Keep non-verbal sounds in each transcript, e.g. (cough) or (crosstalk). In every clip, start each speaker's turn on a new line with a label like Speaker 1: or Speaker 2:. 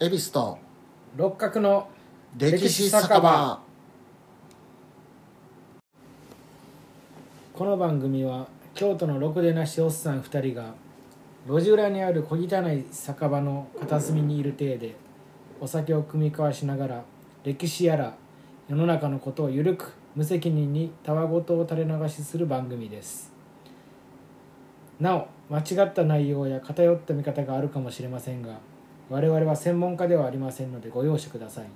Speaker 1: 恵比寿と
Speaker 2: 六角の
Speaker 1: 歴史酒場
Speaker 2: この番組は京都のろくでなしおっさん2人が路地裏にある小汚い酒場の片隅にいる体でお酒を酌み交わしながら歴史やら世の中のことをゆるく無責任にたわごとを垂れ流しする番組ですなお間違った内容や偏った見方があるかもしれませんが我々は専門家ではありませんのでご容赦ください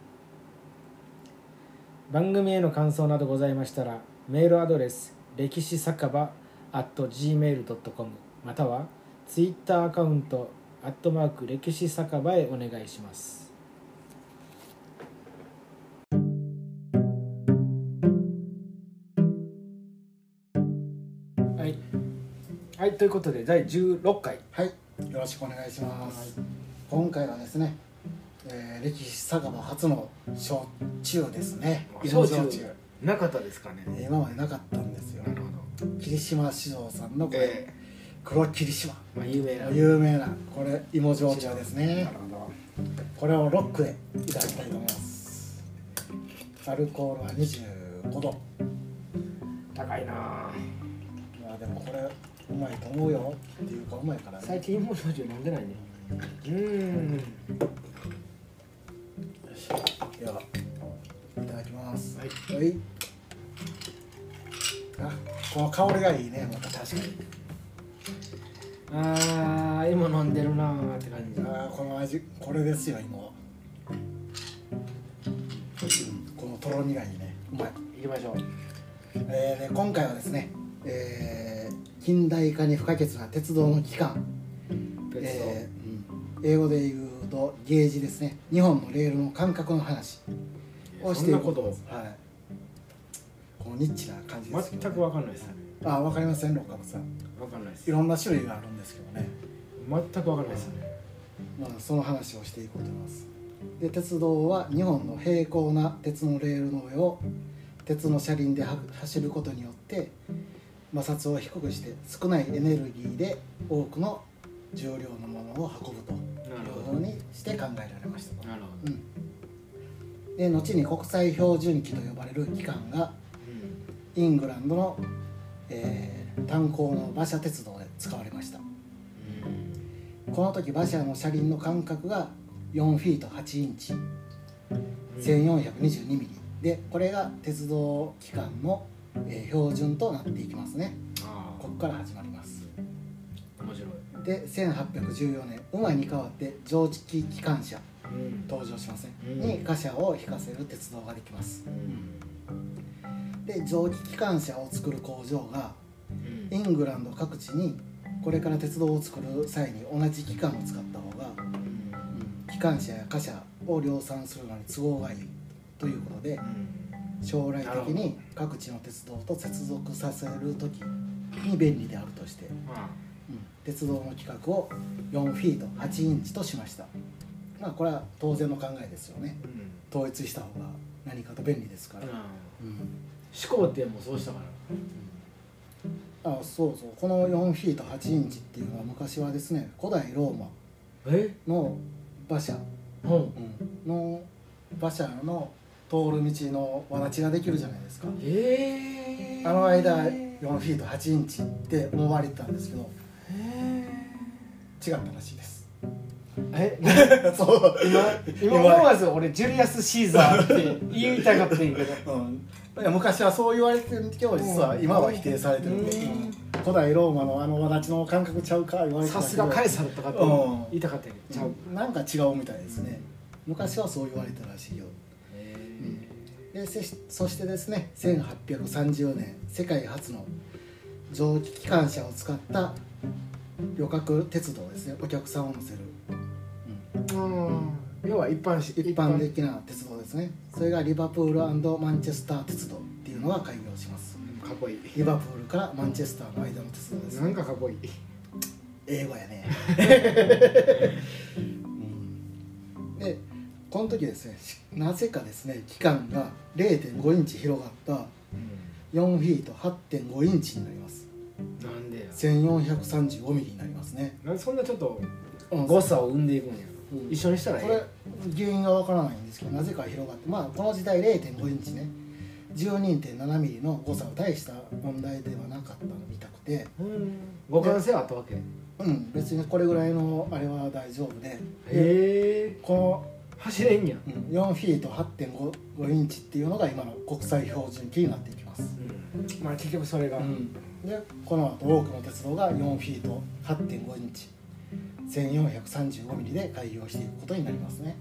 Speaker 2: 番組への感想などございましたらメールアドレス歴史酒場 at gmail.com またはツイッターアカウントアットマーク歴史酒場へお願いしますはい、はい、ということで第16回
Speaker 1: はいよろしくお願いします今回はですね、えー、歴史酒場初の焼酎ですね芋焼酎
Speaker 3: なかったですかね
Speaker 1: えー今までなかったんですよ
Speaker 3: なるほど
Speaker 1: 霧島酒造さんのこれ、
Speaker 3: え
Speaker 1: 黒霧島
Speaker 3: えまあ有名な
Speaker 1: 有名なこれ芋焼酎ですね
Speaker 3: なるほ
Speaker 1: これをロックでいただきたいと思いますアルコールは25度
Speaker 3: 高いな
Speaker 1: まあでもこれうまいと思うよっていうかうまいからね
Speaker 3: 最近芋焼酎飲んでないねうーん
Speaker 1: ではいただきます
Speaker 3: はい
Speaker 1: はいあこの香りがいいねまた
Speaker 3: 確かにあー芋飲んでるなーって感じ
Speaker 1: あーこの味これですよ今はこのとろみがいいねうまい
Speaker 3: 行きましょう
Speaker 1: えーで今回はですね、えー近代化に不可欠な鉄道の機関、
Speaker 3: 別荘、
Speaker 1: えーうん英語で言うとゲージですね日本のレールの感覚の話をしていこう
Speaker 3: そんな
Speaker 1: はい、このニッチな感じですけど、
Speaker 3: 全く分かんないです
Speaker 1: あ分かりません六角さん
Speaker 3: 分かんないです
Speaker 1: いろんな種類があるんですけどね、
Speaker 3: 全く分かんないですね
Speaker 1: まあ、その話をしていこうと思いますで鉄道は日本の平行な鉄のレールの上を鉄の車輪では走ることによって摩擦を低くして少ないエネルギーで多くの重量のものを運ぶと
Speaker 3: なる
Speaker 1: いう
Speaker 3: ほ
Speaker 1: よ
Speaker 3: ど
Speaker 1: うにして考えられましたと
Speaker 3: なるほど
Speaker 1: うん、で後に国際標準機と呼ばれる機関が
Speaker 3: うん
Speaker 1: イングランドの、えー炭鉱の馬車鉄道で使われましたこの時馬車の車輪の間隔が4フィート8インチ
Speaker 3: うん
Speaker 1: 1422ミリでこれが鉄道機関の、えー標準となっていきますね
Speaker 3: あ
Speaker 1: ここから始まります
Speaker 3: あ面白い
Speaker 1: で1814年馬に代わって蒸気機関車
Speaker 3: うん
Speaker 1: 登場しますね、
Speaker 3: うん
Speaker 1: に貨車を引かせる鉄道ができます
Speaker 3: うん
Speaker 1: で蒸気機関車を作る工場が
Speaker 3: うん
Speaker 1: イングランド各地にこれから鉄道を作る際に同じ機関を使った方が
Speaker 3: うん
Speaker 1: 機関車や貨車を量産するのに都合がいいということで
Speaker 3: うん
Speaker 1: 将来的に各地の鉄道と接続させる時に便利であるとして、うん
Speaker 3: まあ
Speaker 1: 鉄道の規格を4フィート8インチとしましたまあこれは当然の考えですよね
Speaker 3: うん
Speaker 1: 統一した方が何かと便利ですから、
Speaker 3: う
Speaker 1: うん
Speaker 3: ん、思考ってもうそうしたから
Speaker 1: あそうそうこの4フィート8インチっていうのは昔はですね古代ローマ
Speaker 3: え
Speaker 1: の馬車
Speaker 3: うん
Speaker 1: の馬車の通る道のわなちができるじゃないですか
Speaker 3: えー、
Speaker 1: あの間4
Speaker 3: え
Speaker 1: フィート8インチって思われてたんですけど違ったらしいです
Speaker 3: (laughs) ー、え
Speaker 1: そう
Speaker 3: 今思わず俺ジュリアス・シーザーって言いたかったんやけど
Speaker 1: うん、いや昔はそう言われてるけど実は
Speaker 3: うん
Speaker 1: 今は否定されてるんで、
Speaker 3: うん
Speaker 1: うん古代ローマのあのわだちの感覚ちゃうか言われてた
Speaker 3: (laughs) さ
Speaker 1: けど
Speaker 3: すがカエサルとかって言いたかったんやけどちゃう、
Speaker 1: うんなんか違うみたいですね昔はそう言われてたらしいよ
Speaker 3: え
Speaker 1: でせしそしてですね1830年世界初の蒸気機関車を使った旅客鉄道ですねお客さんを乗せる、うん
Speaker 3: ー、うん要は一般し
Speaker 1: 一般的な鉄道ですねそれがリバプールマンチェスター鉄道っていうのが開業します
Speaker 3: うんかっこいい
Speaker 1: リバプールからマンチェスターの間の鉄道です
Speaker 3: なんかかっこいい
Speaker 1: 英語やね、 (laughs) うんでこの時ですねしなぜかですね期間が0.5インチ広がった4フィート8.5インチになります
Speaker 3: なんでや
Speaker 1: 1435ミリになりますね
Speaker 3: なんでそんなちょっと
Speaker 1: うん
Speaker 3: 誤差を生んでいくんやろ
Speaker 1: うん
Speaker 3: 一緒にしたらいい
Speaker 1: これ原因がわからないんですけどなぜか広がってまあこの時代0.5インチね12.7ミリの誤差を大した問題ではなかったのみたくて
Speaker 3: 互換性はあったわけへ
Speaker 1: うん別にこれぐらいのあれは大丈夫でで
Speaker 3: え
Speaker 1: こ
Speaker 3: 走れんやん
Speaker 1: の、うん、4フィート8.5インチっていうのが今の国際標準機になっていきます、
Speaker 3: まあ結局それが
Speaker 1: うん、でこの後多くの鉄道が4フィート8.5インチ1435ミリで開業していくことになりますね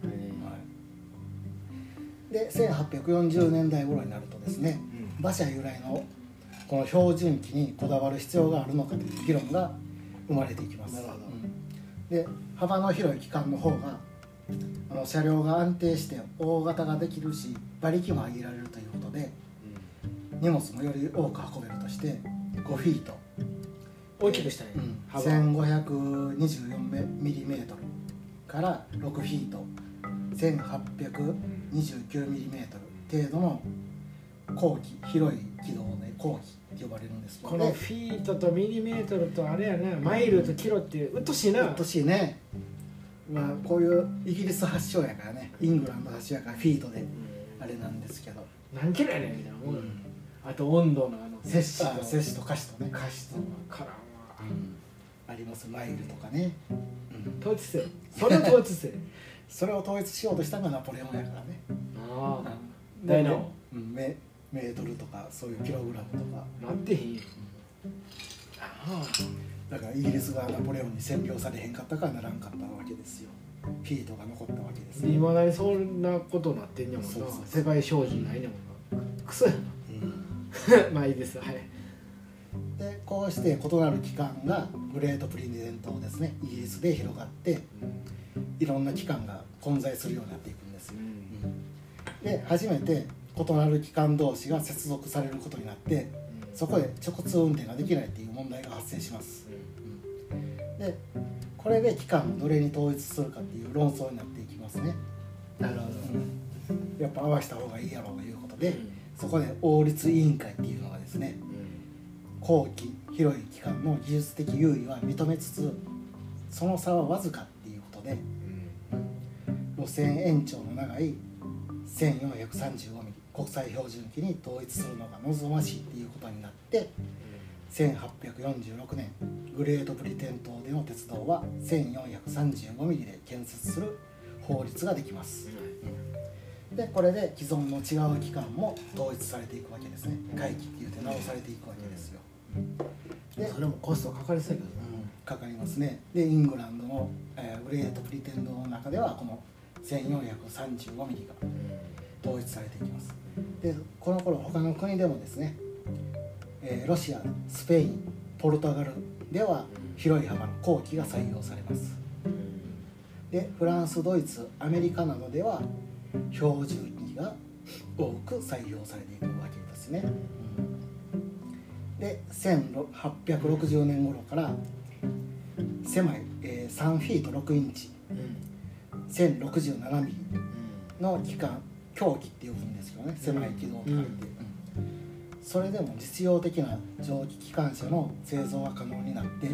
Speaker 1: で1840年代頃になるとですね馬車由来のこの標準機にこだわる必要があるのかという議論が生まれていきます
Speaker 3: なるほど
Speaker 1: うんで幅の広い機関の方があの車両が安定して大型ができるし馬力も上げられるということで荷物もより多く運べるとして5フィート、
Speaker 2: 大きくしたい、
Speaker 1: うん、
Speaker 3: 幅
Speaker 1: 1524ミリメートルから6フィート1800 29mm 程度の後期広い軌道で後期って呼ばれるんですけど
Speaker 2: この
Speaker 1: ね
Speaker 2: フィートとミリメートルとあれやなマイルとキロっていううっとうしいな
Speaker 1: うっとうしいねまあこういうイギリス発祥やからねイングランド発祥やからフィートであれなんですけど、
Speaker 2: 何キロやねんみたいなもんやあと温度のあの摂氏
Speaker 1: あ
Speaker 2: と
Speaker 1: 摂氏と歌詞とね、
Speaker 2: 過失とからんわ
Speaker 1: うんありますマイルとかね、うん
Speaker 2: 統一 (laughs) せよそれを統一せよ
Speaker 1: それを統一しようとしたのがナポレオンやからね、
Speaker 2: ああ
Speaker 1: うん
Speaker 2: ダイナモ
Speaker 1: うんメメートルとかそういうキログラムとか
Speaker 2: なってへんよあ
Speaker 1: だからイギリスがナポレオンに占領されへんかったからならんかったわけですよフィートが残ったわけです
Speaker 2: あいまだにそんなことなってんねやもん
Speaker 1: そう
Speaker 2: な
Speaker 1: そう
Speaker 2: 世界標準ないねんもんなクソや
Speaker 1: うん
Speaker 2: なまあいいですはい
Speaker 1: でこうして異なる機関がグレートプリンデントをですねイギリスで広がっていろんな機関が混在するようになっていくんですよ、うんで初めて異なる機関同士が接続されることになってそこで直通運転ができないっていう問題が発生しますでこれで機関をどれに統一するかっていう論争になっていきますね、
Speaker 2: なるほど
Speaker 1: うんやっぱ合わせた方がいいやろうということで、そこで王立委員会っていうのがですね後期広い機関の技術的優位は認めつつその差はわずかっていうことで路線延長の長い1435ミリ国際標準機に統一するのが望ましいっていうことになって1846年グレートブリテン島での鉄道は1435ミリで建設する法律ができますでこれで既存の違う機関も統一されていくわけですね回帰っていうて直されていくわけですよで
Speaker 2: それもコストかかりそうやけどな
Speaker 1: かかりますねでイングランドの、えーグレートプリテンドの中ではこの1435ミリが統一されていきますでこの頃他の国でもですね、えーロシアスペインポルトガルでは広い幅の後期が採用されますでフランスドイツアメリカなどでは標準機が多く採用されていくわけですね、で1860年頃から狭い、えー3フィート6インチ1067ミリの機関狂気って呼ぶんですけどね狭い軌道とかって、それでも実用的な蒸気機関車の製造は可能になって、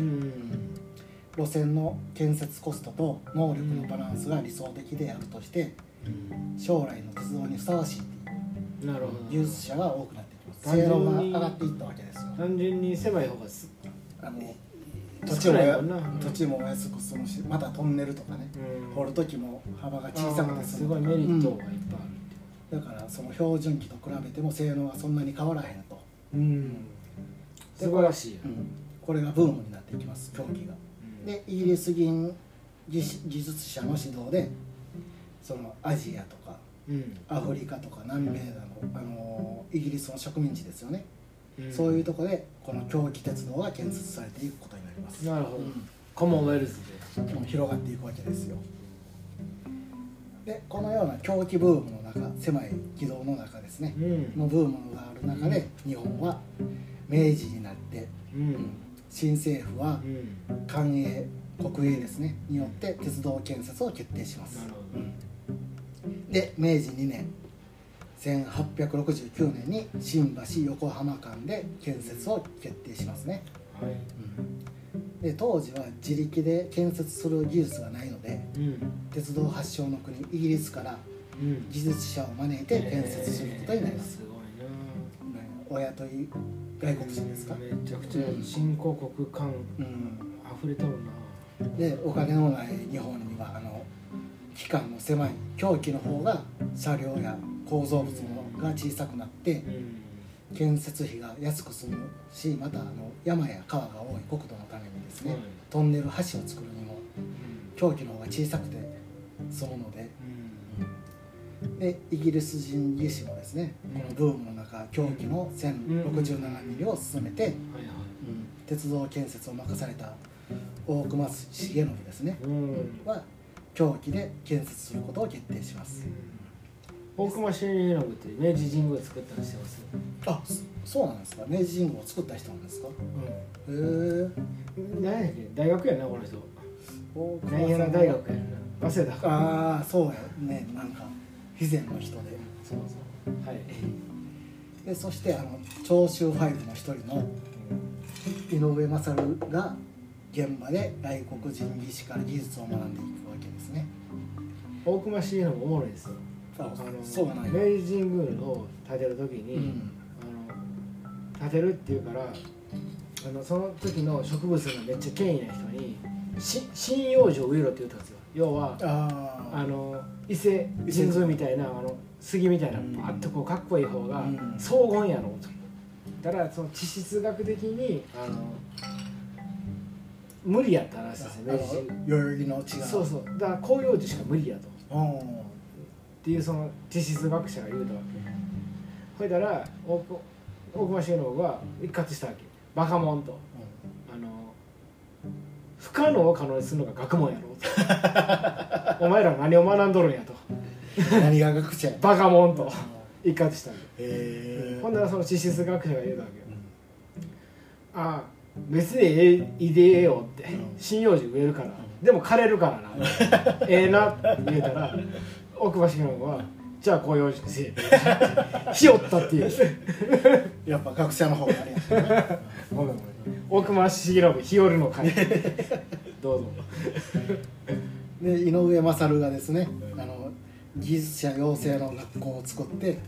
Speaker 1: 路線の建設コストと能力のバランスが理想的であるとして将来の鉄道にふさわしいっていう
Speaker 2: なるほ
Speaker 1: 技
Speaker 2: ど
Speaker 1: 術者が多くなってきます
Speaker 2: 単
Speaker 1: 性
Speaker 2: 純に
Speaker 1: 能が上がっていったわけですよ
Speaker 2: 単純に狭い方がす
Speaker 1: あの土地
Speaker 2: 少
Speaker 1: も
Speaker 2: ない
Speaker 1: や
Speaker 2: もんな
Speaker 1: 土地も安く済むしまたトンネルとかね掘る時も幅が小さくて済
Speaker 2: す
Speaker 1: む
Speaker 2: ご
Speaker 1: と
Speaker 2: い
Speaker 1: か
Speaker 2: メリットがいっぱい
Speaker 1: うんだからその標準機と比べても性能はそんなに変わらへん
Speaker 2: あ
Speaker 1: と、
Speaker 2: るうん素晴らしい
Speaker 1: これがブームになっていきます狂気が。でイギリス銀技師技術者の指導でそのアジアとかアフリカとか南米などあのイギリスの植民地ですよね、そういううとこでこの狂気鉄道が建設されていくことになります、
Speaker 2: なるほ
Speaker 1: う
Speaker 2: ど
Speaker 1: ん
Speaker 2: コモンウェルズ
Speaker 1: もう広がっていくわけですよでこのような狂気ブームの中狭い軌道の中ですね
Speaker 2: でうん
Speaker 1: のブームがある中で日本は明治になって
Speaker 2: うん
Speaker 1: 新政府は
Speaker 2: うん
Speaker 1: 官営国営ですねによって鉄道建設を決定します
Speaker 2: なるほど
Speaker 1: うんで明治2年1869年に新橋横浜間で建設を決定しますね、
Speaker 2: はい
Speaker 1: うんで当時は自力で建設する技術がないので
Speaker 4: うん
Speaker 1: 鉄道発祥の国イギリスから
Speaker 4: うん
Speaker 1: 技術者を招いて建設することになります
Speaker 3: す、ご
Speaker 1: 親という
Speaker 3: いな
Speaker 1: 外国人ですか、
Speaker 3: めちゃくちゃ新興国感
Speaker 1: うん、
Speaker 3: 溢れとるな
Speaker 1: でお金のない日本にはあの期間の狭い凶器の方が車両や構造物もが小さくなって
Speaker 3: うん
Speaker 1: 建設費が安く済むしまたあの山や川が多い国土のためにですね、
Speaker 3: はい
Speaker 1: トンネル橋を作るにも
Speaker 3: うん
Speaker 1: 凶器の方が小さくて済むのででイギリス人技師もですねこのブームの中狂気の1067ミリを進めて、
Speaker 3: うんはいはい
Speaker 1: 鉄道建設を任された大隈重信ですね
Speaker 3: うん
Speaker 1: は狂気で建設することを決定します、
Speaker 3: 大隈重信って明治神宮作ったりしてますよ、
Speaker 1: あそそうなんですか明治神宮を作った人なんですかへえ
Speaker 3: うん、何やっけ大学やなこの人
Speaker 1: 大隈
Speaker 3: 何やら大学やな早稲田か
Speaker 1: ああそうやねなんか肥前の人で
Speaker 3: そうそうはい、
Speaker 1: でそしてあの長州ファイブの一人の井上勝が現場で外国人技師から技術を学んでいくわけですね。
Speaker 3: 大隈重信おもろいですよ
Speaker 1: あ
Speaker 3: あの
Speaker 1: そうなんや
Speaker 3: 明治神宮を建てる時に、
Speaker 1: うん
Speaker 3: あの建てるっていうからあのその時の植物がめっちゃ権威な人にし針葉樹を植えろって言ったんですよ要は
Speaker 1: あ
Speaker 3: あの伊勢神宮みたいなあの杉みたいな
Speaker 1: うん
Speaker 3: バーッとこうかっこいい方が
Speaker 1: うん
Speaker 3: 荘厳やろうとだからその地質学的にあの無理やったらしいです
Speaker 1: あの
Speaker 3: よ明治神宮
Speaker 1: 代々木の地が
Speaker 3: そうそうだから広葉樹しか無理やと
Speaker 1: うん
Speaker 3: っていうその地質学者が言うたわけほいだら大久大隈重信は一括したわけバカモンとあの不可能を可能にするのが学問やろう
Speaker 1: (laughs)
Speaker 3: とお前ら何を学んどるんやと
Speaker 1: 何が学者や
Speaker 3: バカモンと一括したわけ
Speaker 1: へ
Speaker 3: ほんならその地質学者が言うたわけよ
Speaker 1: うん
Speaker 3: ああ別にええいいでええよって
Speaker 1: うん
Speaker 3: 針葉樹植えるからでも枯れるから
Speaker 1: (laughs)
Speaker 3: なええなって言うたら奥橋君は「じゃあ広葉樹にせえ」ひよったっていう (laughs)
Speaker 1: やっぱ学者の方があれやね
Speaker 3: ごめんごめん奥橋信日和の会 (laughs) どうぞ
Speaker 1: で井上勝がですねあの技術者養成の学校を作って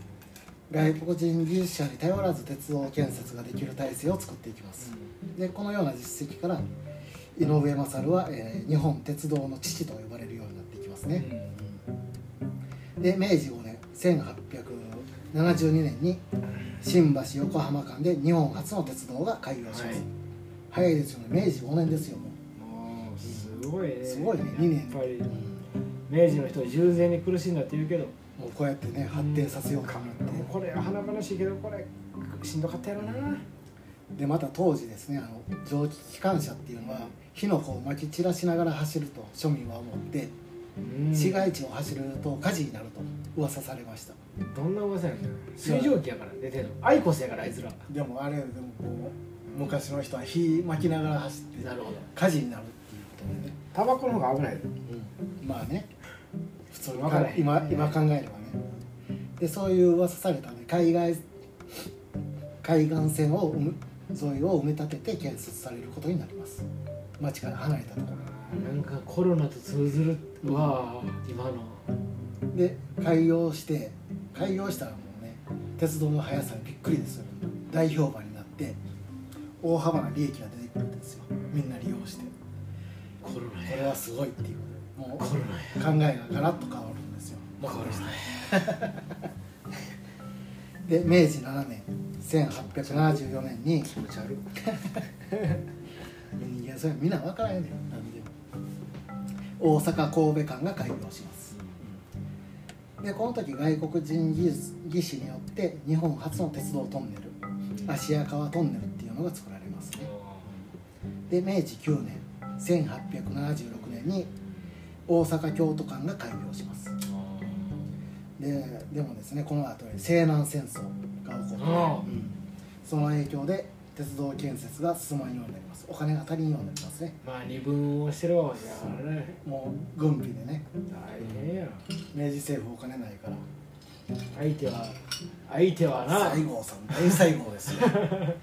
Speaker 1: 外国人技術者に頼らず鉄道建設ができる体制を作っていきます、でこのような実績から井上勝は、えー日本鉄道の父と呼ばれるようになっていきますね、で明治5年1872年に新橋横浜間で日本初の鉄道が開業します、
Speaker 3: はい
Speaker 1: 早いですよね明治5年ですよも
Speaker 3: もうすごいね
Speaker 1: すごいね
Speaker 3: やっ
Speaker 1: 二年
Speaker 3: ぱり
Speaker 1: う、うん
Speaker 3: 明治の人は従前に苦しんだって言うけど
Speaker 1: もうこうやってね発展させようかなって、
Speaker 3: もうこれ華々しいけどこれしんどかったやろな
Speaker 1: でまた当時ですねあの蒸気機関車っていうのは火の粉をまき散らしながら走ると庶民は思って、
Speaker 3: うん
Speaker 1: 市街地を走ると火事になると噂されました
Speaker 3: どんな噂やねん水蒸気やから出てるのアイコスやからあいつら
Speaker 1: でもあれでもこう昔の人は火巻きながら走って
Speaker 3: なるほど
Speaker 1: 火事になるっていうことでね、
Speaker 3: タバコの方が危ない
Speaker 1: まあね普通に
Speaker 3: わからへん
Speaker 1: 今今考えればねでそういう噂されたね海外海岸線を埋め沿いを埋め立てて建設されることになります町から離れたとこ
Speaker 3: なんかコロナと通ずるわ今の
Speaker 1: ろで開業して開業したらもうね鉄道の速さにびっくりですよ大評判になって大幅な利益が出てくるんですよみんな利用して
Speaker 3: コロナ
Speaker 1: これはすごいっていうもう
Speaker 3: コ
Speaker 1: 考
Speaker 3: ロナや
Speaker 1: えがガラッと変わるんですよ
Speaker 3: コロナや
Speaker 1: で明治7年1874年に
Speaker 3: 気持ち悪い
Speaker 1: いやそれみんな分からへんねん何でも大阪神戸間が開業しますでこの時外国人技術技師によって日本初の鉄道トンネル芦屋川トンネルっていうのが作られますねで明治9年1876年に大阪京都間が開業しますででもですねこの後に西南戦争が起こって、
Speaker 3: ああ
Speaker 1: うんその影響で鉄道建設が進まんようになりますお金が足りんようになりますね
Speaker 3: まあ二分をしてるわけやからね
Speaker 1: もう軍備でね
Speaker 3: 大変や
Speaker 1: 明治政府お金ないから
Speaker 3: 相手は相手はな
Speaker 1: 西郷さん大西郷ですね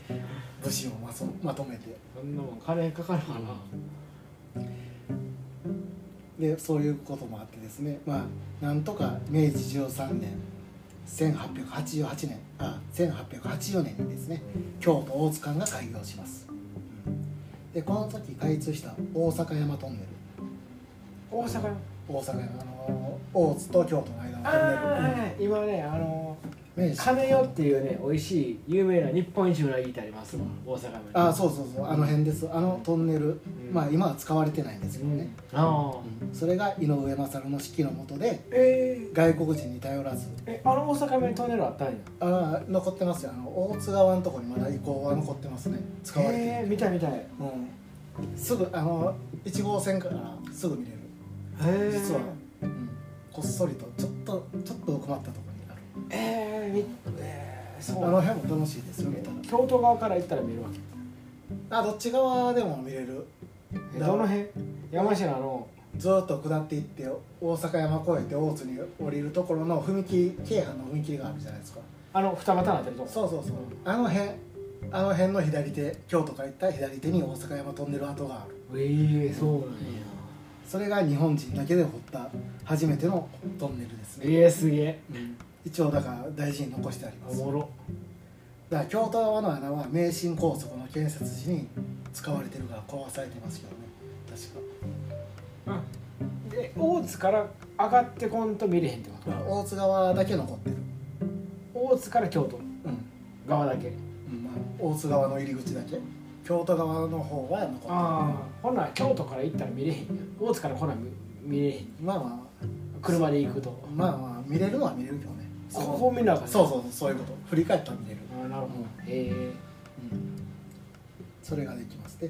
Speaker 1: 武士をまそまとめて
Speaker 3: そんなもん金かかるかな、
Speaker 1: でそういうこともあってですねまあなんとか明治13年1888年あ1884年にですね京都大津間が開業しますうんでこの時開通した大阪山トンネル
Speaker 3: 大阪の
Speaker 1: 大阪山あの大津と京都の間の
Speaker 3: あ
Speaker 1: トン
Speaker 3: あ
Speaker 1: ネル、
Speaker 3: ー、今ねあの
Speaker 1: うん明治
Speaker 3: 金代っていうね美味しい有名な日本一うなぎってありますわ大阪の
Speaker 1: あそうそうそうあの辺ですあのトンネル、
Speaker 3: ん
Speaker 1: まあ今は使われてないんですけどね、
Speaker 3: ああ
Speaker 1: うんそれが井上勝の指揮のもとで
Speaker 3: えー、
Speaker 1: 外国人に頼らず
Speaker 3: えあの大阪弁トンネルあったんや
Speaker 1: あー残ってますよあの大津川のとこにまだ遺構は残ってますね使われてる、
Speaker 3: えー、見た見たいへ
Speaker 1: うん、すぐあの1号線からすぐ見れる、
Speaker 3: え
Speaker 1: 実は、うん、こっそりとちょっとちょっと奥まったところにある
Speaker 3: えー、みえー、そう
Speaker 1: あの辺も楽しいですよ見たら
Speaker 3: 京都側から行ったら見えるわけ
Speaker 1: あどっち側でも見れる
Speaker 3: え
Speaker 1: だ
Speaker 3: どの辺山科の
Speaker 1: ずーっと下っていって大阪山越えて大津に降りるところの踏切京阪の踏切があるじゃないですか
Speaker 3: あの二股なってるとこ
Speaker 1: そうそうそうあの辺あの辺の左手京都から行った左手に大阪山トンネル跡がある
Speaker 3: えー、そうなんや
Speaker 1: それが日本人だけで掘った初めてのトンネルですね、
Speaker 3: えー、すげえ
Speaker 1: 一応だから大事に残してありま
Speaker 3: お
Speaker 1: すだか
Speaker 3: もろ
Speaker 1: ら京都側の穴は名神高速の建設時に使われてるから壊されてますけどね確
Speaker 3: で大津から上がってこんと見れへんってこ
Speaker 1: か大津側だけ残ってる
Speaker 3: と大津から京都
Speaker 1: うん、
Speaker 3: 側だけ
Speaker 1: うんまあ、大津側の入り口だけ京都側の方は残ってる
Speaker 3: ああほな京都から行ったら見れへんや大津からほな見見れへん
Speaker 1: まあま
Speaker 3: 車で行くと
Speaker 1: あまあまあ見れるのは見れるけどね
Speaker 3: ここ見なあかんね
Speaker 1: そうそうそうそういうこと振り返ったら見れる
Speaker 3: あーなるほどへえ
Speaker 1: それができますね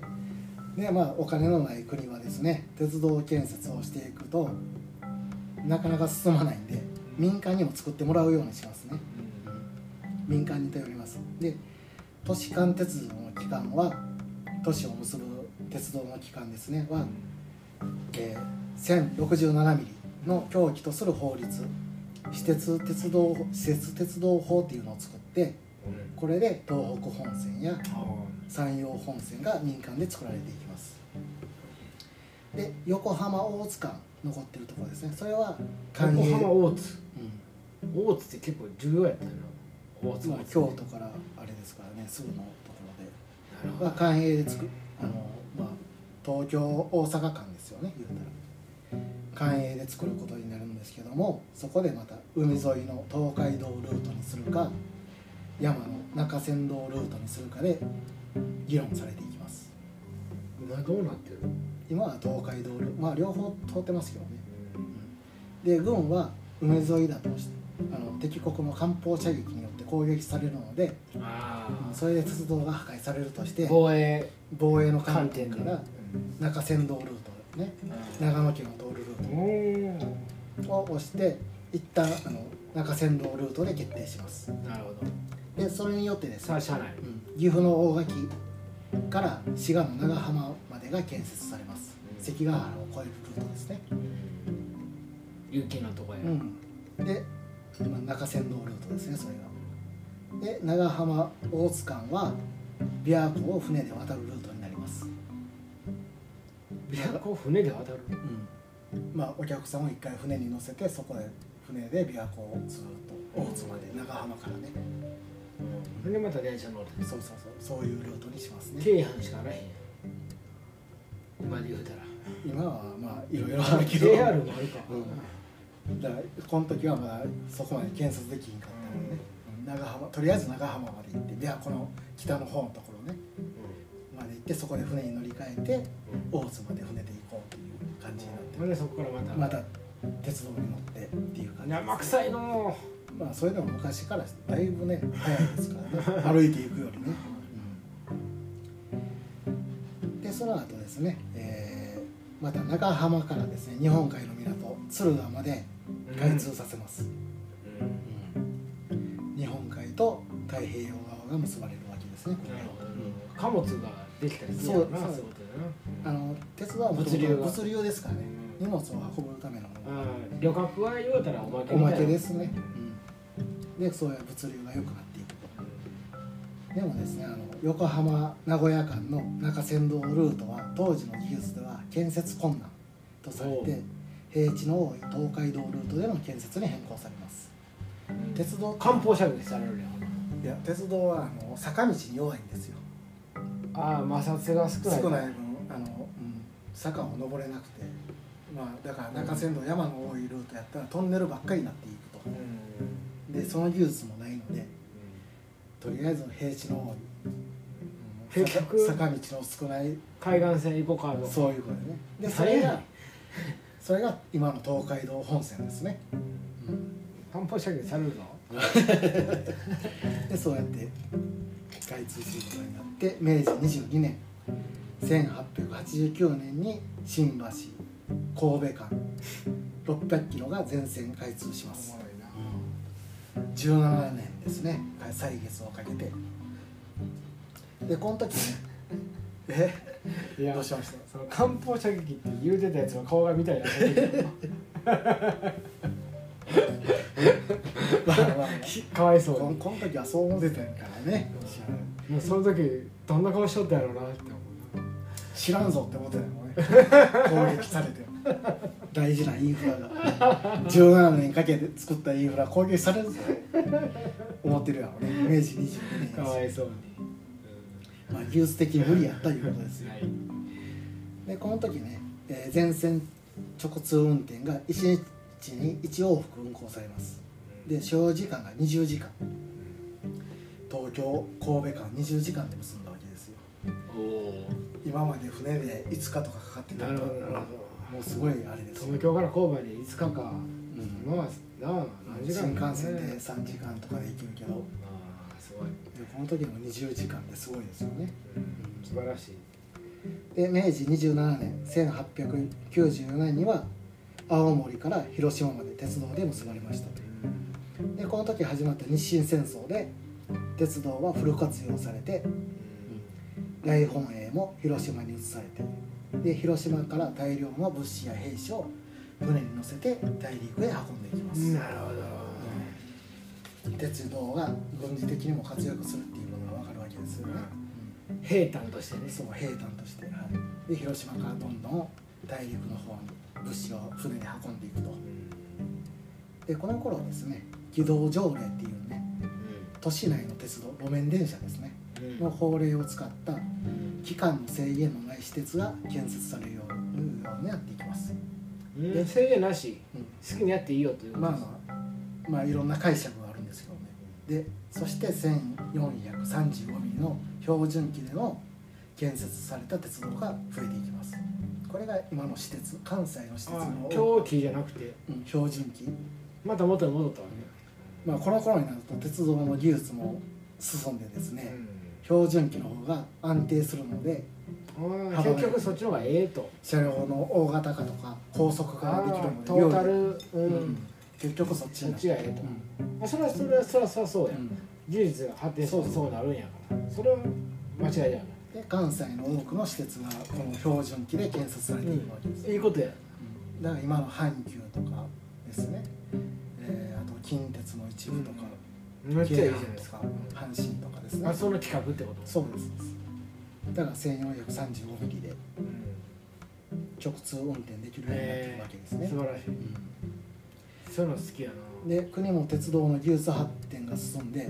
Speaker 1: でまあお金のない国はですね鉄道建設をしていくとなかなか進まないんで民間にも作ってもらうようにしますね民間に頼りますで都市間鉄道の機関は都市を結ぶ鉄道の機関ですねは、えー、1067ミリの狂気とする法律私鉄鉄道私鉄鉄道法っていうのを作ってこれで東北本線や山陽本線が民間で作られていきますで横浜大津間残ってるところですねそれは関
Speaker 3: 横
Speaker 1: 係
Speaker 3: 浜大津
Speaker 1: う
Speaker 3: 大津って結構重要やったよな大津
Speaker 1: ん
Speaker 3: は
Speaker 1: まあ、京都からあれですからねすぐのとこ
Speaker 3: なる
Speaker 1: ろ
Speaker 3: ほ
Speaker 1: で、まあ、
Speaker 3: ど
Speaker 1: 関営でつくあの、まあ、東京大阪間ですよね言うたら関営で作ることになるんですけどもそこでまた海沿いの東海道ルートにするか山の中山道ルートにするかで議論されていきます
Speaker 3: 今どうなってる
Speaker 1: 今は東海道ルまあ両方通ってますけどねで軍は梅沿いだとしてあの敵国の艦砲射撃によって攻撃されるので
Speaker 3: あ
Speaker 1: それで鉄道が破壊されるとして
Speaker 3: 防衛
Speaker 1: 防衛の観
Speaker 3: 観
Speaker 1: 点
Speaker 3: 点
Speaker 1: か
Speaker 3: からら
Speaker 1: 中山道ルートね長野県を通るル
Speaker 3: うん
Speaker 1: ートを押して一旦あの中山道ルートで決定します
Speaker 3: なるほど
Speaker 1: でそれによってです
Speaker 3: さ
Speaker 1: ね、
Speaker 3: あ車内
Speaker 1: うん、岐阜の大垣から滋賀の長浜までが建設されます関ヶ原を越えるルートですね
Speaker 3: 勇気のとこや
Speaker 1: うん、で、まあ、中山道ルートですねそれがで長浜大津間は琵琶湖を船で渡るルートになります、
Speaker 3: 琵琶湖を船で渡る
Speaker 1: まあお客さんを一回船に乗せてそこで船で琵琶湖をずっと大津まで長浜からね
Speaker 3: それでまた電車乗る
Speaker 1: そうそうそうそういうルートにしますね
Speaker 3: 京阪しかあらへんやん今で言うたら
Speaker 1: 今はまあいろいろあるけど
Speaker 3: JR もあるか
Speaker 1: だからこの時はまだそこまで建設できひんかったのでね長浜とりあえず長浜まで行って琵琶湖の北の方のところねまで行ってそこで船に乗り換えて大津まで船で行こうっていう感じになって
Speaker 3: ほんでそこからまた
Speaker 1: また鉄道に乗ってっていう感じ
Speaker 3: 生臭いの
Speaker 1: まあそれでも昔からだいぶね早いですからね歩いていくよりね、うんでその後ですね、えーまた長浜からですね日本海の港敦賀まで開通させます、日本海と太平洋側が結ばれるわけですね
Speaker 3: なるほど貨物ができたりするやろな
Speaker 1: そう
Speaker 3: そういうことや
Speaker 1: あの鉄道は
Speaker 3: 物流が
Speaker 1: 物流ですからね
Speaker 3: う
Speaker 1: 荷物を運ぶためのもの
Speaker 3: なうん旅客は言うたらおまけ
Speaker 1: お
Speaker 3: みたいな
Speaker 1: まけですね、でそういう物流が良くなっていくでもですねあの横浜名古屋間の中山道ルートは当時の技術では建設困難とされて平地の多い東海道ルートでの建設に変更されます鉄道
Speaker 3: 漢方射撃されるね
Speaker 1: いや鉄道はあの坂道に弱いんですよ
Speaker 3: ああ摩擦が少ない
Speaker 1: 少ない分あの、うん、坂を登れなくてまあだから中山道山の多いルートやったらトンネルばっかりになっていくと
Speaker 3: うん
Speaker 1: でその技術もないのでとりあえず平地の多い、うん
Speaker 3: 平
Speaker 1: 坂
Speaker 3: 脚
Speaker 1: 坂道の少ない
Speaker 3: 海岸線行こうかの
Speaker 1: そういうことねでそ
Speaker 3: 早い
Speaker 1: れが (laughs) それが今の東海道本線ですね、うん
Speaker 3: 漢方射撃されるの
Speaker 1: でそうやって開通することになって明治22年1889年に新橋神戸間600キロが全線開通します
Speaker 3: おもろいな
Speaker 1: 17年ですね歳月をかけてでこの時ねえ
Speaker 3: いや
Speaker 1: どうしました
Speaker 3: その漢方射撃って言うてたやつの顔が見たいな
Speaker 1: まあまあまあ
Speaker 3: (laughs) かわいそう
Speaker 1: こん
Speaker 3: に
Speaker 1: この時はそう思ってたからね
Speaker 3: もうその時どんな顔しとったやろうなって思うな
Speaker 1: 知らんぞって思ってたよね攻撃されて大事なインフラが17年かけて作ったインフラ攻撃されるぞ思ってるやろね明治22年
Speaker 3: か
Speaker 1: や
Speaker 3: わ
Speaker 1: し
Speaker 3: いそうに
Speaker 1: まあ技術的に無理やったいうことですよ
Speaker 3: はい
Speaker 1: でこの時ね、えー全線直通運転が1日に1往復運行されますで所要時間が20時間東京神戸間20時間で結んだわけですよ
Speaker 2: おお
Speaker 1: 今まで船で5日とかかかってた
Speaker 3: なるほどなるほ
Speaker 1: もうすごいあれですよ
Speaker 3: ど東京から神戸に5日かま
Speaker 1: うん
Speaker 3: あなあ何時間
Speaker 1: 新
Speaker 3: かね
Speaker 1: 幹線で3時間とかで行けるけどで
Speaker 3: ああすごい
Speaker 1: この時も20時間ですごいですよね
Speaker 3: 素晴らしい
Speaker 1: で明治27年1894年には青森から広島まで鉄道で結ばれましたとでこの時始まった日清戦争で鉄道はフル活用されて大本営も広島に移されてで広島から大量の物資や兵士を船に乗せて大陸へ運んでいきます、
Speaker 3: なるほど
Speaker 1: 鉄道が軍事的にも活躍するっていうことが分かるわけですよね、
Speaker 3: 兵隊としてね
Speaker 1: そう兵団として、はい、で広島からどんどん大陸の方に物資を船で運んでいくとでこの頃はですね軌道条例っていうね都市内の鉄道路面電車ですねの法令を使った期間の制限のない施設が建設されるようになっていきます、
Speaker 3: うん制限なし
Speaker 1: うん
Speaker 3: 好きにやっていいよということ
Speaker 1: まあ
Speaker 3: です
Speaker 1: まあまあいろんな解釈があるんですけどねでそして1435ミリの標準機での建設された鉄道が増えていきますこれが今の私鉄関西の私鉄
Speaker 3: あ
Speaker 1: の
Speaker 3: あ狂気じゃなくて
Speaker 1: うん標準機、
Speaker 3: また元に戻ったわ
Speaker 1: まあ、この頃になると鉄道の技術も進んでです
Speaker 3: け
Speaker 1: ね、標準機の方が安定するので
Speaker 3: うん結局そっちの方がええと
Speaker 1: 車両の大型化とか高速化ができるので
Speaker 3: トータ
Speaker 1: 料
Speaker 3: ルう
Speaker 1: 理うんん結局そっち
Speaker 3: そ
Speaker 1: に
Speaker 3: っ
Speaker 1: な
Speaker 3: ち
Speaker 1: る、
Speaker 3: がええとあそれはそれはそれはそれはそう
Speaker 1: う
Speaker 3: や
Speaker 1: ん
Speaker 3: 技術が発展したらそうなるんやからそれは間違いじゃない
Speaker 1: で関西の多くの施設がこの標準機で建設されているわけです、
Speaker 3: いいことや
Speaker 1: うんだから今の阪急とかですね、えーあと近鉄の一部とか、
Speaker 3: めっちゃいい
Speaker 1: 京
Speaker 3: じゃない
Speaker 1: 阪
Speaker 3: で
Speaker 1: と
Speaker 3: す
Speaker 1: か
Speaker 3: か
Speaker 1: 阪神とかですね
Speaker 3: あその企画ってこと
Speaker 1: そうですだから1435ミリで直通運転できるようになっているわけですね
Speaker 3: 素、晴らしいそういうの好きや
Speaker 1: うんで国も鉄道の技術発展が進んで、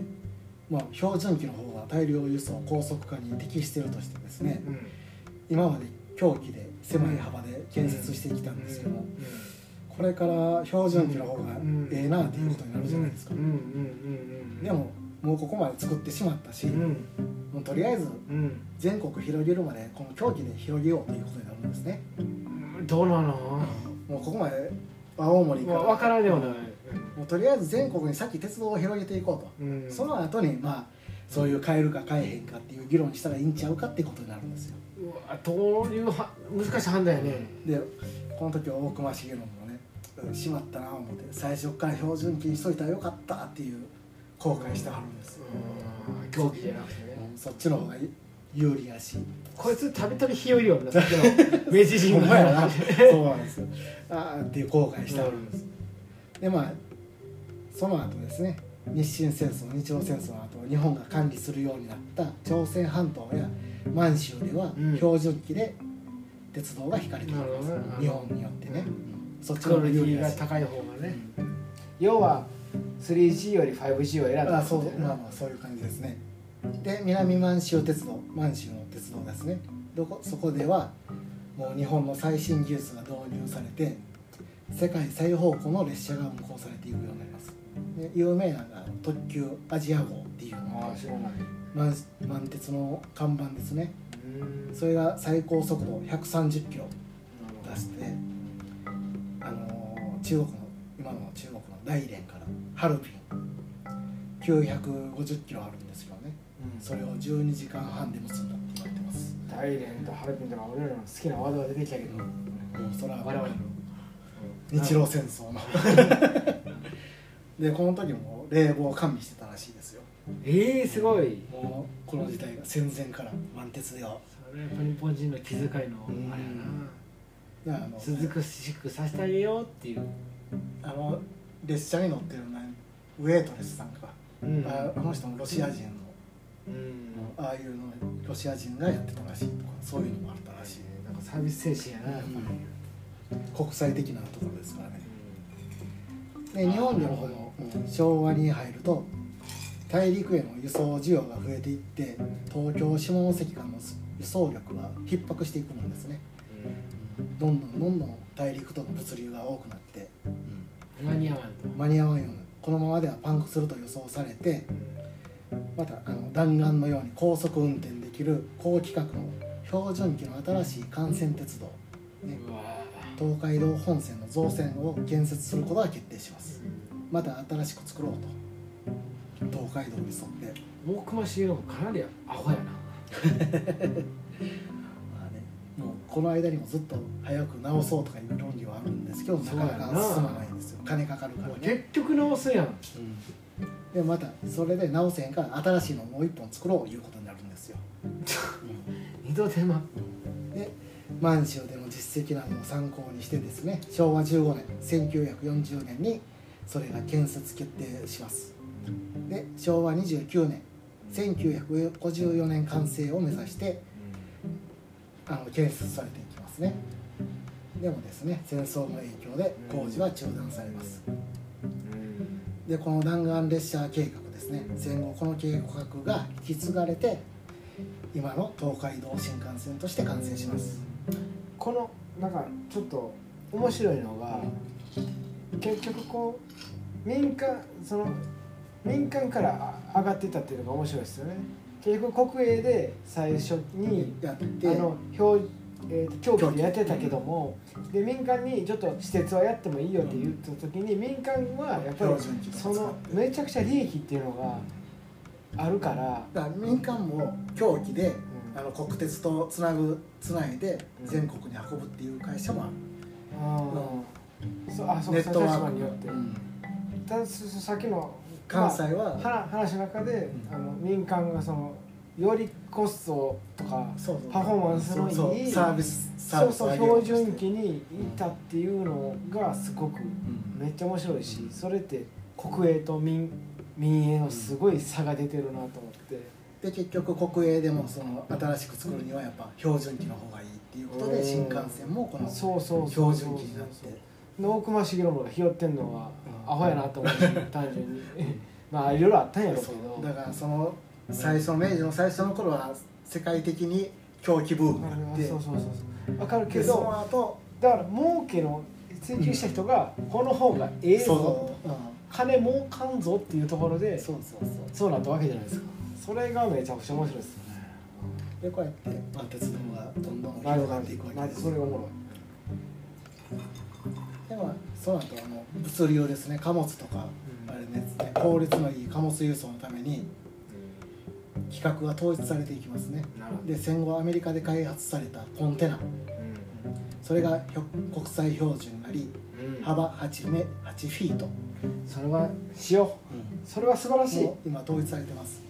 Speaker 1: まあ、標準機の方が大量輸送高速化に適しているとしてですね、
Speaker 3: なうん
Speaker 1: 今まで狂気で狭い幅で建設してきたんですけど、これから標準機の方がええなっていうことになるじゃないですか、
Speaker 3: うんうんうんうん
Speaker 1: でももうここまで作ってしまったし、
Speaker 3: うん
Speaker 1: もうとりあえず
Speaker 3: うん
Speaker 1: 全国広げるまでこの狂気で広げようということになるんですね、
Speaker 3: どうなの
Speaker 1: もうここまで青森か
Speaker 3: ま
Speaker 1: ら
Speaker 3: あ分からんでもない
Speaker 1: もうとりあえず全国に先鉄道を広げていこうと、
Speaker 3: うん
Speaker 1: その後にまあそういう変えるか変えへんかっていう議論したらいいんちゃうかってことになるんですよ
Speaker 3: うわどういうは難しい判断やね
Speaker 1: でこの時大隈重信もねうんしまったな思って最初から標準機にしといたらよかったっていう後悔してはるんですよ、
Speaker 3: うん競技じゃなくてね
Speaker 1: そっちの方が有利やし
Speaker 3: こいつたびたびひよいように (laughs) なってきたの明
Speaker 1: (laughs)
Speaker 3: 治神
Speaker 1: ほんま
Speaker 3: 宮
Speaker 1: や
Speaker 3: の
Speaker 1: な
Speaker 3: (laughs) 話
Speaker 1: そうなんですよああっていう後悔してはるんです、でまあその後ですね日清戦争日露戦争の後日本が管理するようになった朝鮮半島や満州では
Speaker 3: うん
Speaker 1: 標準機で鉄道が引かれてい
Speaker 3: なる
Speaker 1: ま
Speaker 3: ほ
Speaker 1: す、
Speaker 3: どね
Speaker 1: 日本によってね、そっち
Speaker 3: ク
Speaker 1: の
Speaker 3: オ
Speaker 1: 方が
Speaker 3: リテ
Speaker 1: 有利
Speaker 3: ィ
Speaker 1: ら
Speaker 3: が
Speaker 1: しい
Speaker 3: 高い方がね要は 3G より 5G を選んだ
Speaker 1: あそうまあまあそういう感じですねで南満州鉄道満州の鉄道ですねどこそこではもう日本の最新技術が導入されて世界最方向の列車が運行されていくようになりますで有名なのが特急アジア号っていう
Speaker 3: ああ知らない
Speaker 1: 満満鉄の看板ですね
Speaker 3: うん
Speaker 1: それが最高速度130キロ
Speaker 3: なるほど
Speaker 1: 出して、あのー中国の今の中国の大連からハルビン950キロあるんですよね
Speaker 3: うん
Speaker 1: それを12時間半で結んだって言われてます
Speaker 3: 大連とハルピンとか俺らの好きなワードが出てきたけど、
Speaker 1: もうそれは
Speaker 3: 我々の
Speaker 1: 日露戦争のでこの時も冷房を完備してたらしいですよ
Speaker 2: えー、すごい
Speaker 1: もうこの時代が戦前から満鉄では
Speaker 2: それやっぱ日本人の気遣いのあれや
Speaker 1: うん
Speaker 2: な
Speaker 1: だからあの
Speaker 2: 涼しくさせてあげようっていう
Speaker 1: あの列車に乗ってるねウェイトレスさんか、
Speaker 3: うん
Speaker 1: ああの人もロシア人の
Speaker 3: うん
Speaker 1: ああいうのロシア人がやってたらしいとかそういうのもあったらしい
Speaker 3: なんかサービス精神やなやっぱり、
Speaker 1: 国際的なところですからねで日本でもこのうん昭和に入ると大陸への輸送需要が増えていって東京下関間の輸送力が逼迫していくんですねどんどんどんどん大陸との物流が多くなって
Speaker 2: マニアマン
Speaker 1: 間に合わんようにこのままではパンクすると予想されてまたあの弾丸のように高速運転できる高規格の標準機の新しい幹線鉄道ね
Speaker 2: とうわ
Speaker 1: 東海道本線の造船を建設することが決定しますまた新しく作ろうと東海道に沿って、
Speaker 2: 大隈重信かなりアホやな
Speaker 1: まあね、もうこの間にもずっと早く直そうとかいう論議はあるんですけどな
Speaker 2: そう
Speaker 1: か
Speaker 2: やな
Speaker 1: なか進まないんですよ金かかるか
Speaker 2: もう
Speaker 1: らね、
Speaker 2: 結局直すやん
Speaker 1: うんでまたそれで直せへんから新しいのをもう一本作ろういうことになるんですよ、うん
Speaker 2: 二度手間
Speaker 1: で満州での実績などを参考にしてですね昭和15年1940年にそれが建設決定しますで昭和29年1954年完成を目指してあの建設されていきますねでもですね戦争の影響で工事は中断されますでこの弾丸列車計画ですね戦後この計画が引き継がれて今の東海道新幹線として完成します
Speaker 3: このなんかちょっと面白いのが結局こう民間その民間からあ上がってたっていうのが面白いですよね結局国営で最初に
Speaker 1: やって
Speaker 3: あの表えー、と狂気でやってたけども、で民間にちょっと施設はやってもいいよって言った時に、民間はやっぱり
Speaker 1: 標準機とか
Speaker 3: そのめちゃくちゃ利益っていうのがあるから、
Speaker 1: だから民間も狂気で
Speaker 3: うん
Speaker 1: あの国鉄とつなぐつないで
Speaker 3: うん
Speaker 1: 全国に運ぶっていう会社もある、
Speaker 3: うんそうあそう
Speaker 1: ネ
Speaker 3: ネ
Speaker 1: ッ
Speaker 3: ッ
Speaker 1: ト
Speaker 3: ト
Speaker 1: ワーク
Speaker 3: ワークによって、
Speaker 1: うん
Speaker 3: ただそそさっきの
Speaker 1: 関西
Speaker 3: ま
Speaker 1: は、
Speaker 3: あは話の中で、
Speaker 1: うん
Speaker 3: あの民間がそのよりコストとか
Speaker 1: そうそう
Speaker 3: パフォーマンスのいい
Speaker 1: そうそうサービスサー
Speaker 3: そう
Speaker 1: ビス
Speaker 3: そう標準機にいたっていうのがすごくめっちゃ面白いし、
Speaker 1: うん
Speaker 3: それって国営と民民営のすごい差が出てるなと思って、
Speaker 1: で結局国営でもその新しく作るにはやっぱ標準機の方がいいっていうこと
Speaker 3: う
Speaker 1: で
Speaker 3: ん
Speaker 1: 新幹線もこの
Speaker 3: そうそうそ
Speaker 1: 標
Speaker 3: うそう
Speaker 1: 準機になって
Speaker 3: 大隈重信が拾ってんのは
Speaker 1: うん
Speaker 3: アホやなと
Speaker 1: (laughs)
Speaker 3: 思って単純にまあいろいろあったんやろうけ
Speaker 1: そう
Speaker 3: ど
Speaker 1: だからその最初明治の最初の頃は世界的に狂気ブームがあって
Speaker 3: そうそうそうそうわかるけ
Speaker 1: でその
Speaker 3: ど
Speaker 1: 後
Speaker 3: だから儲けの追求した人がこの方がええぞ
Speaker 1: そう、う
Speaker 3: 金儲かんぞっていうところで
Speaker 1: ん、そうそうそう
Speaker 3: そうなったわけじゃないですかそれがめちゃくちゃ面白いですよね
Speaker 1: でこうやって、まあ、鉄道がどんどん
Speaker 3: な
Speaker 1: 広
Speaker 3: るほ
Speaker 1: が
Speaker 3: ど
Speaker 1: っていくわけ
Speaker 3: な
Speaker 1: で
Speaker 3: る
Speaker 1: す
Speaker 3: ほどそれがおもろい
Speaker 1: でもその後あの物流ですね貨物とか、
Speaker 3: うん
Speaker 1: あれですね効率のいい貨物輸送のために規格が統一されていきますね
Speaker 3: なるほど
Speaker 1: で戦後アメリカで開発されたコンテナそれがひょ国際標準になり幅 8, メ8フィート、
Speaker 3: それはしようそれは素晴らしい
Speaker 1: もう今統一されてます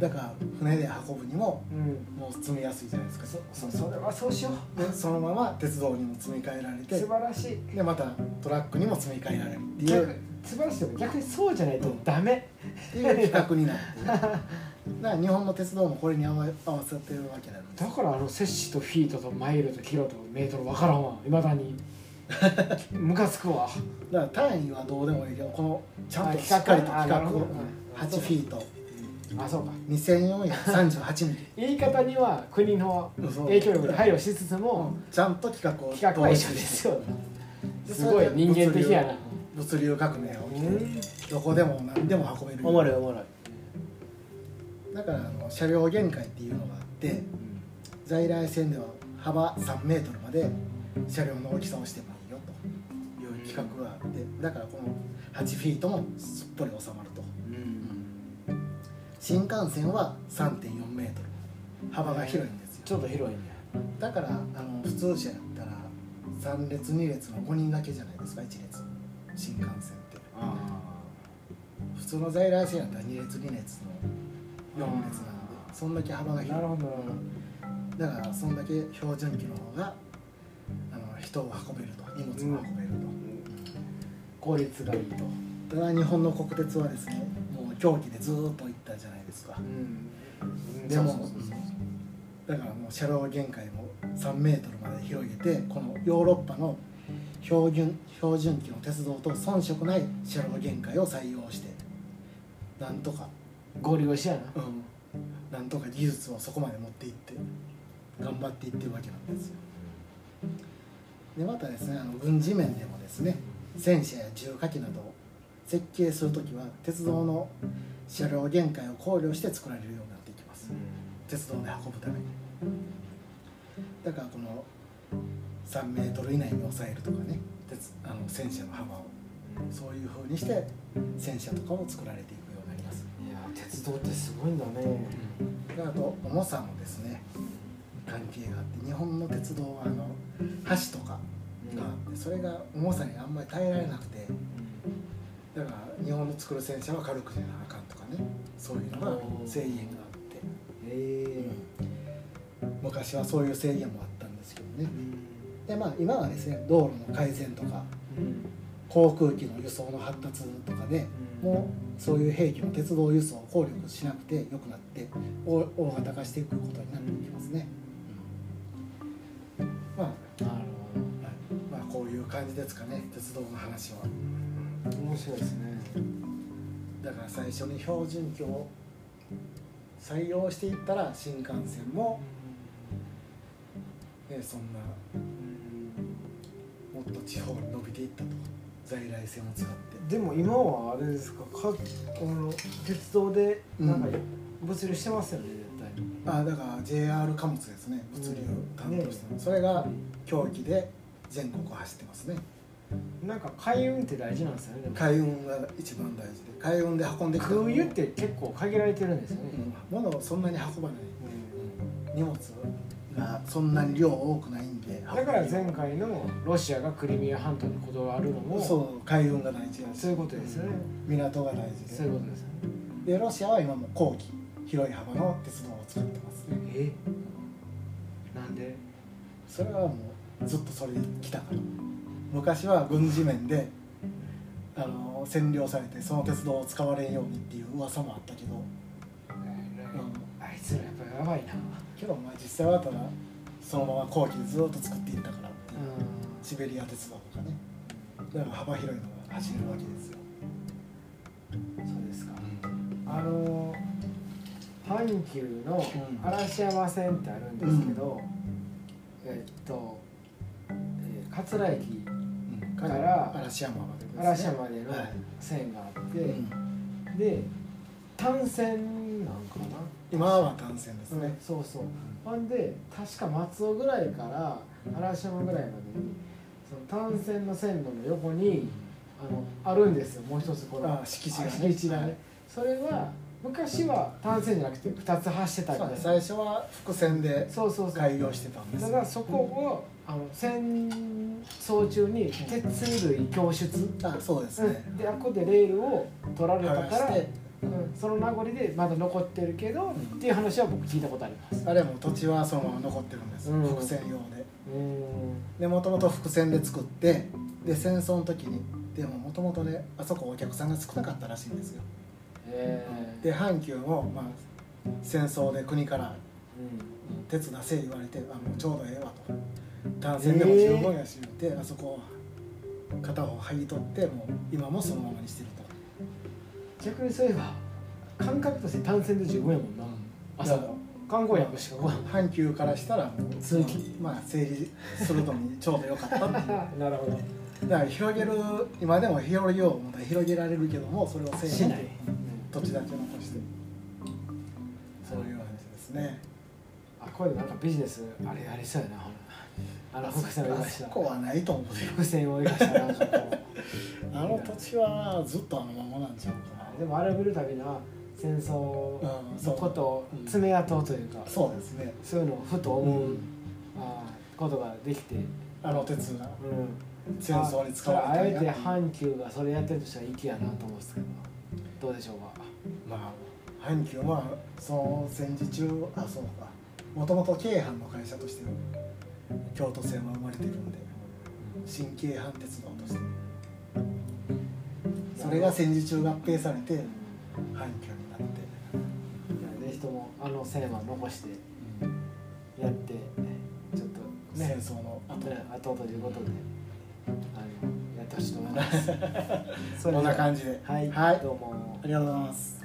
Speaker 1: だから船で運ぶにも
Speaker 3: うん
Speaker 1: もう積みやすいじゃないですか
Speaker 3: そそそれはそうしよう
Speaker 1: でそのまま鉄道にも積み替えられ
Speaker 3: 素
Speaker 1: て
Speaker 3: 晴らしい
Speaker 1: でまたトラックにも積み替えられるっていう
Speaker 3: 逆素晴らしいでも逆にそうじゃないとダメ、
Speaker 1: っていう企画になってるだから日本の鉄道もこれに合わ合わせてるわけなんです
Speaker 3: だからあの摂氏とフィートとマイルとキロとメートル分からんわいまだ (laughs) にムカつくわ
Speaker 1: だから単位はどうでもいいけどこのちゃんと
Speaker 3: あ
Speaker 1: しっかりと
Speaker 3: あ
Speaker 1: 企
Speaker 3: な
Speaker 1: 画
Speaker 3: るほど
Speaker 1: を8フィート
Speaker 3: あそうか
Speaker 1: 2438ミリ
Speaker 3: 言い方には国の
Speaker 1: そう
Speaker 3: 影響力に配慮しつつも
Speaker 1: (laughs) ちゃんと企画を
Speaker 3: 企画は一緒ですよすごい人間的やな
Speaker 1: 物流革命を
Speaker 3: うん
Speaker 1: どこでも何でも運べる
Speaker 5: おもろいおもろい
Speaker 1: だからあの車両限界っていうのがあって在来線では幅3メートルまで車両の大きさをしてもいいよという企画があってだからこの8フィートもすっぽり収まると新幹線は3.4メートル幅が広いんですよ
Speaker 5: ちょっと広いね
Speaker 1: だからあの普通車やったら3列2列の5人だけじゃないですか1列新幹線って普通の在来線やったら2列2列の4列なのでそんだけ幅が
Speaker 3: な
Speaker 1: 広
Speaker 3: る
Speaker 1: い
Speaker 3: ほどなる
Speaker 1: だからそんだけ標準機の方があの人を運べると荷物を運べる
Speaker 3: 効率がいいと
Speaker 1: と、ただ日本の国鉄はですねもう狂気でずーっと行ったじゃないですか
Speaker 3: うん
Speaker 1: でも
Speaker 3: そうそうそう
Speaker 1: だからもう車両限界も3メートルまで広げてこのヨーロッパの標準標準機の鉄道と遜色ない車両限界を採用してなんとか、
Speaker 3: 合流しやな
Speaker 1: うん、なんとか技術をそこまで持っていって頑張っていってるわけなんですよでまたですねあの軍事面でもですね戦車や重火器などを設計する時は鉄道の車両限界を考慮して作られるようになっていきます鉄道で運ぶためにだからこの3メートル以内に抑えるとかね鉄あの戦車の幅をそういう風にして戦車とかを作られていくようになります
Speaker 3: いや鉄道ってすごいんだね
Speaker 1: であと重さもですね関係があって日本の鉄道はあの橋とかがあってそれが重さにあんまり耐えられなくてだから日本の作る戦車は軽くじゃなあかんとかねそういうのが制限があって
Speaker 3: え
Speaker 1: 昔はそういう制限もあったんですけどね
Speaker 3: え
Speaker 1: でまあ今はですね道路の改善とか航空機の輸送の発達とかでもうそういう兵器の鉄道輸送を効力しなくて良くなって大大型化していくことになっていきますね、まあ、
Speaker 3: なる
Speaker 1: まあこういう感じですかね鉄道の話は
Speaker 3: ほど面白いですね
Speaker 1: だから最初に標準機を採用していったら新幹線も、ね、そんなもっと地方に伸びていったと在来線を使って
Speaker 3: でも今はあれですかかこの鉄道でなんか
Speaker 1: う
Speaker 3: 物流してますよね絶
Speaker 1: あだから JR 貨物ですね物流担当してます、それが狂気で全国を走ってますね
Speaker 3: 対なんか海運って大事なんですよねでも
Speaker 1: 海運が一番大事で海運で運んでく
Speaker 3: 空輸って結構限られてるんですよね、
Speaker 1: 物をそんなに運ばない荷物がそんなに量多くないんで
Speaker 3: だから前回のロシアがクリミア半島にこだわるのも
Speaker 1: そう海運が大事なんです
Speaker 3: そういうことですよね、
Speaker 1: 港が大事
Speaker 3: そ
Speaker 1: で
Speaker 3: ういうことですよね
Speaker 1: でロシアは今も後期広い幅の鉄道を使ってますね
Speaker 3: えなんで
Speaker 1: それはもうずっとそれで来たから昔は軍事面であの占領されてその鉄道を使われんようにっていう噂もあったけど、
Speaker 3: あいつらやっぱやばいな
Speaker 1: けどまあ実際はただそのまま後期でずっと作っていったからっていう
Speaker 3: う
Speaker 1: シベリア鉄道とかねだから幅広いのが走れるわけですよ、
Speaker 3: んそうですかあの阪急の
Speaker 1: うん
Speaker 3: 嵐山線ってあるんですけど、えっと、えー桂駅
Speaker 1: うん
Speaker 3: から
Speaker 1: 嵐山までですね
Speaker 3: 嵐山までの
Speaker 1: はい
Speaker 3: 線があって、
Speaker 1: うん
Speaker 3: で単線なんかな
Speaker 1: 今は単線ですね、
Speaker 3: そうそうほんで確か松尾ぐらいから嵐山ぐらいまでにその単線の線路の横にあのあるんですよもう一つこの
Speaker 1: あ敷地がね
Speaker 3: 敷地がね
Speaker 1: はい
Speaker 3: それは昔は単線じゃなくて2つ走ってた
Speaker 1: そ
Speaker 3: か
Speaker 1: うね
Speaker 3: らそ
Speaker 1: 最初は伏線で
Speaker 3: うそうそう
Speaker 1: 開業してたんです
Speaker 3: た
Speaker 1: よ
Speaker 3: だそこをあの戦争中に鉄類供出、
Speaker 1: あそうですね
Speaker 3: うん、であっこでレールを取られた
Speaker 1: 剥
Speaker 3: か
Speaker 1: が
Speaker 3: ら
Speaker 1: し、て
Speaker 3: うん、その名残でまだ残ってるけど、っていう話は僕聞いたことあります
Speaker 1: あれはもう土地はそのまま残ってるんです、
Speaker 3: うん
Speaker 1: 伏線用で
Speaker 3: うん
Speaker 1: でもともと伏線で作ってで戦争の時にでももともとねあそこお客さんが少なかったらしいんですよ
Speaker 3: ええ
Speaker 1: で阪急も、まあ、戦争で国から
Speaker 3: うん
Speaker 1: 鉄出せ言われてあもうちょうどええわと単線でも十分やし言って、あそこを片方剥ぎ取ってもう今もそのままにしてると、
Speaker 3: 逆にそういえば感覚として単線で十分やもんな朝の観光役しか来ない
Speaker 1: 阪急からしたらもう
Speaker 2: 通勤
Speaker 1: まあ整理するのにちょうどよかったっていう
Speaker 3: あなるほど
Speaker 1: だから広げる今でも広げようも広げられるけどもそれをせ
Speaker 2: しない
Speaker 1: 土地だけ残してそういう感じですね
Speaker 3: あこういうのなんかビジネスあれありそうやなほらあの伏線を
Speaker 1: あ
Speaker 3: 生かし
Speaker 1: そ
Speaker 3: た
Speaker 1: こはないと思うよ
Speaker 3: 伏線を生かしたなんかこう
Speaker 1: あの土地はずっとあのままなんちゃうか
Speaker 3: (laughs) でもあれを見るたびな
Speaker 1: う
Speaker 3: 戦争
Speaker 1: んそ
Speaker 3: の
Speaker 1: う
Speaker 3: ことを爪痕というか、
Speaker 1: なそうですね
Speaker 3: そういうのをふと思う、あーことができて、うん、
Speaker 1: あの鉄が戦争に使
Speaker 3: あ
Speaker 1: わ
Speaker 3: あ
Speaker 1: れ
Speaker 3: え
Speaker 1: た
Speaker 3: て
Speaker 1: りや
Speaker 3: 阪急がそれやってるとしたら粋やなと思うんですけどどうでしょうか
Speaker 1: まあ阪急はその戦時中あそうかもともと京阪の会社として京都線は生まれてるんで新京阪鉄道としてそれが戦時中合併されて阪急になって
Speaker 3: ぜひともあの線は残してやってちょっとね
Speaker 1: 戦争の後
Speaker 3: ね後ということであ
Speaker 1: (laughs)
Speaker 3: のやってほしいと思います
Speaker 1: こんな感じで
Speaker 3: はい、
Speaker 1: はい、
Speaker 3: どうも
Speaker 1: ありがとうございます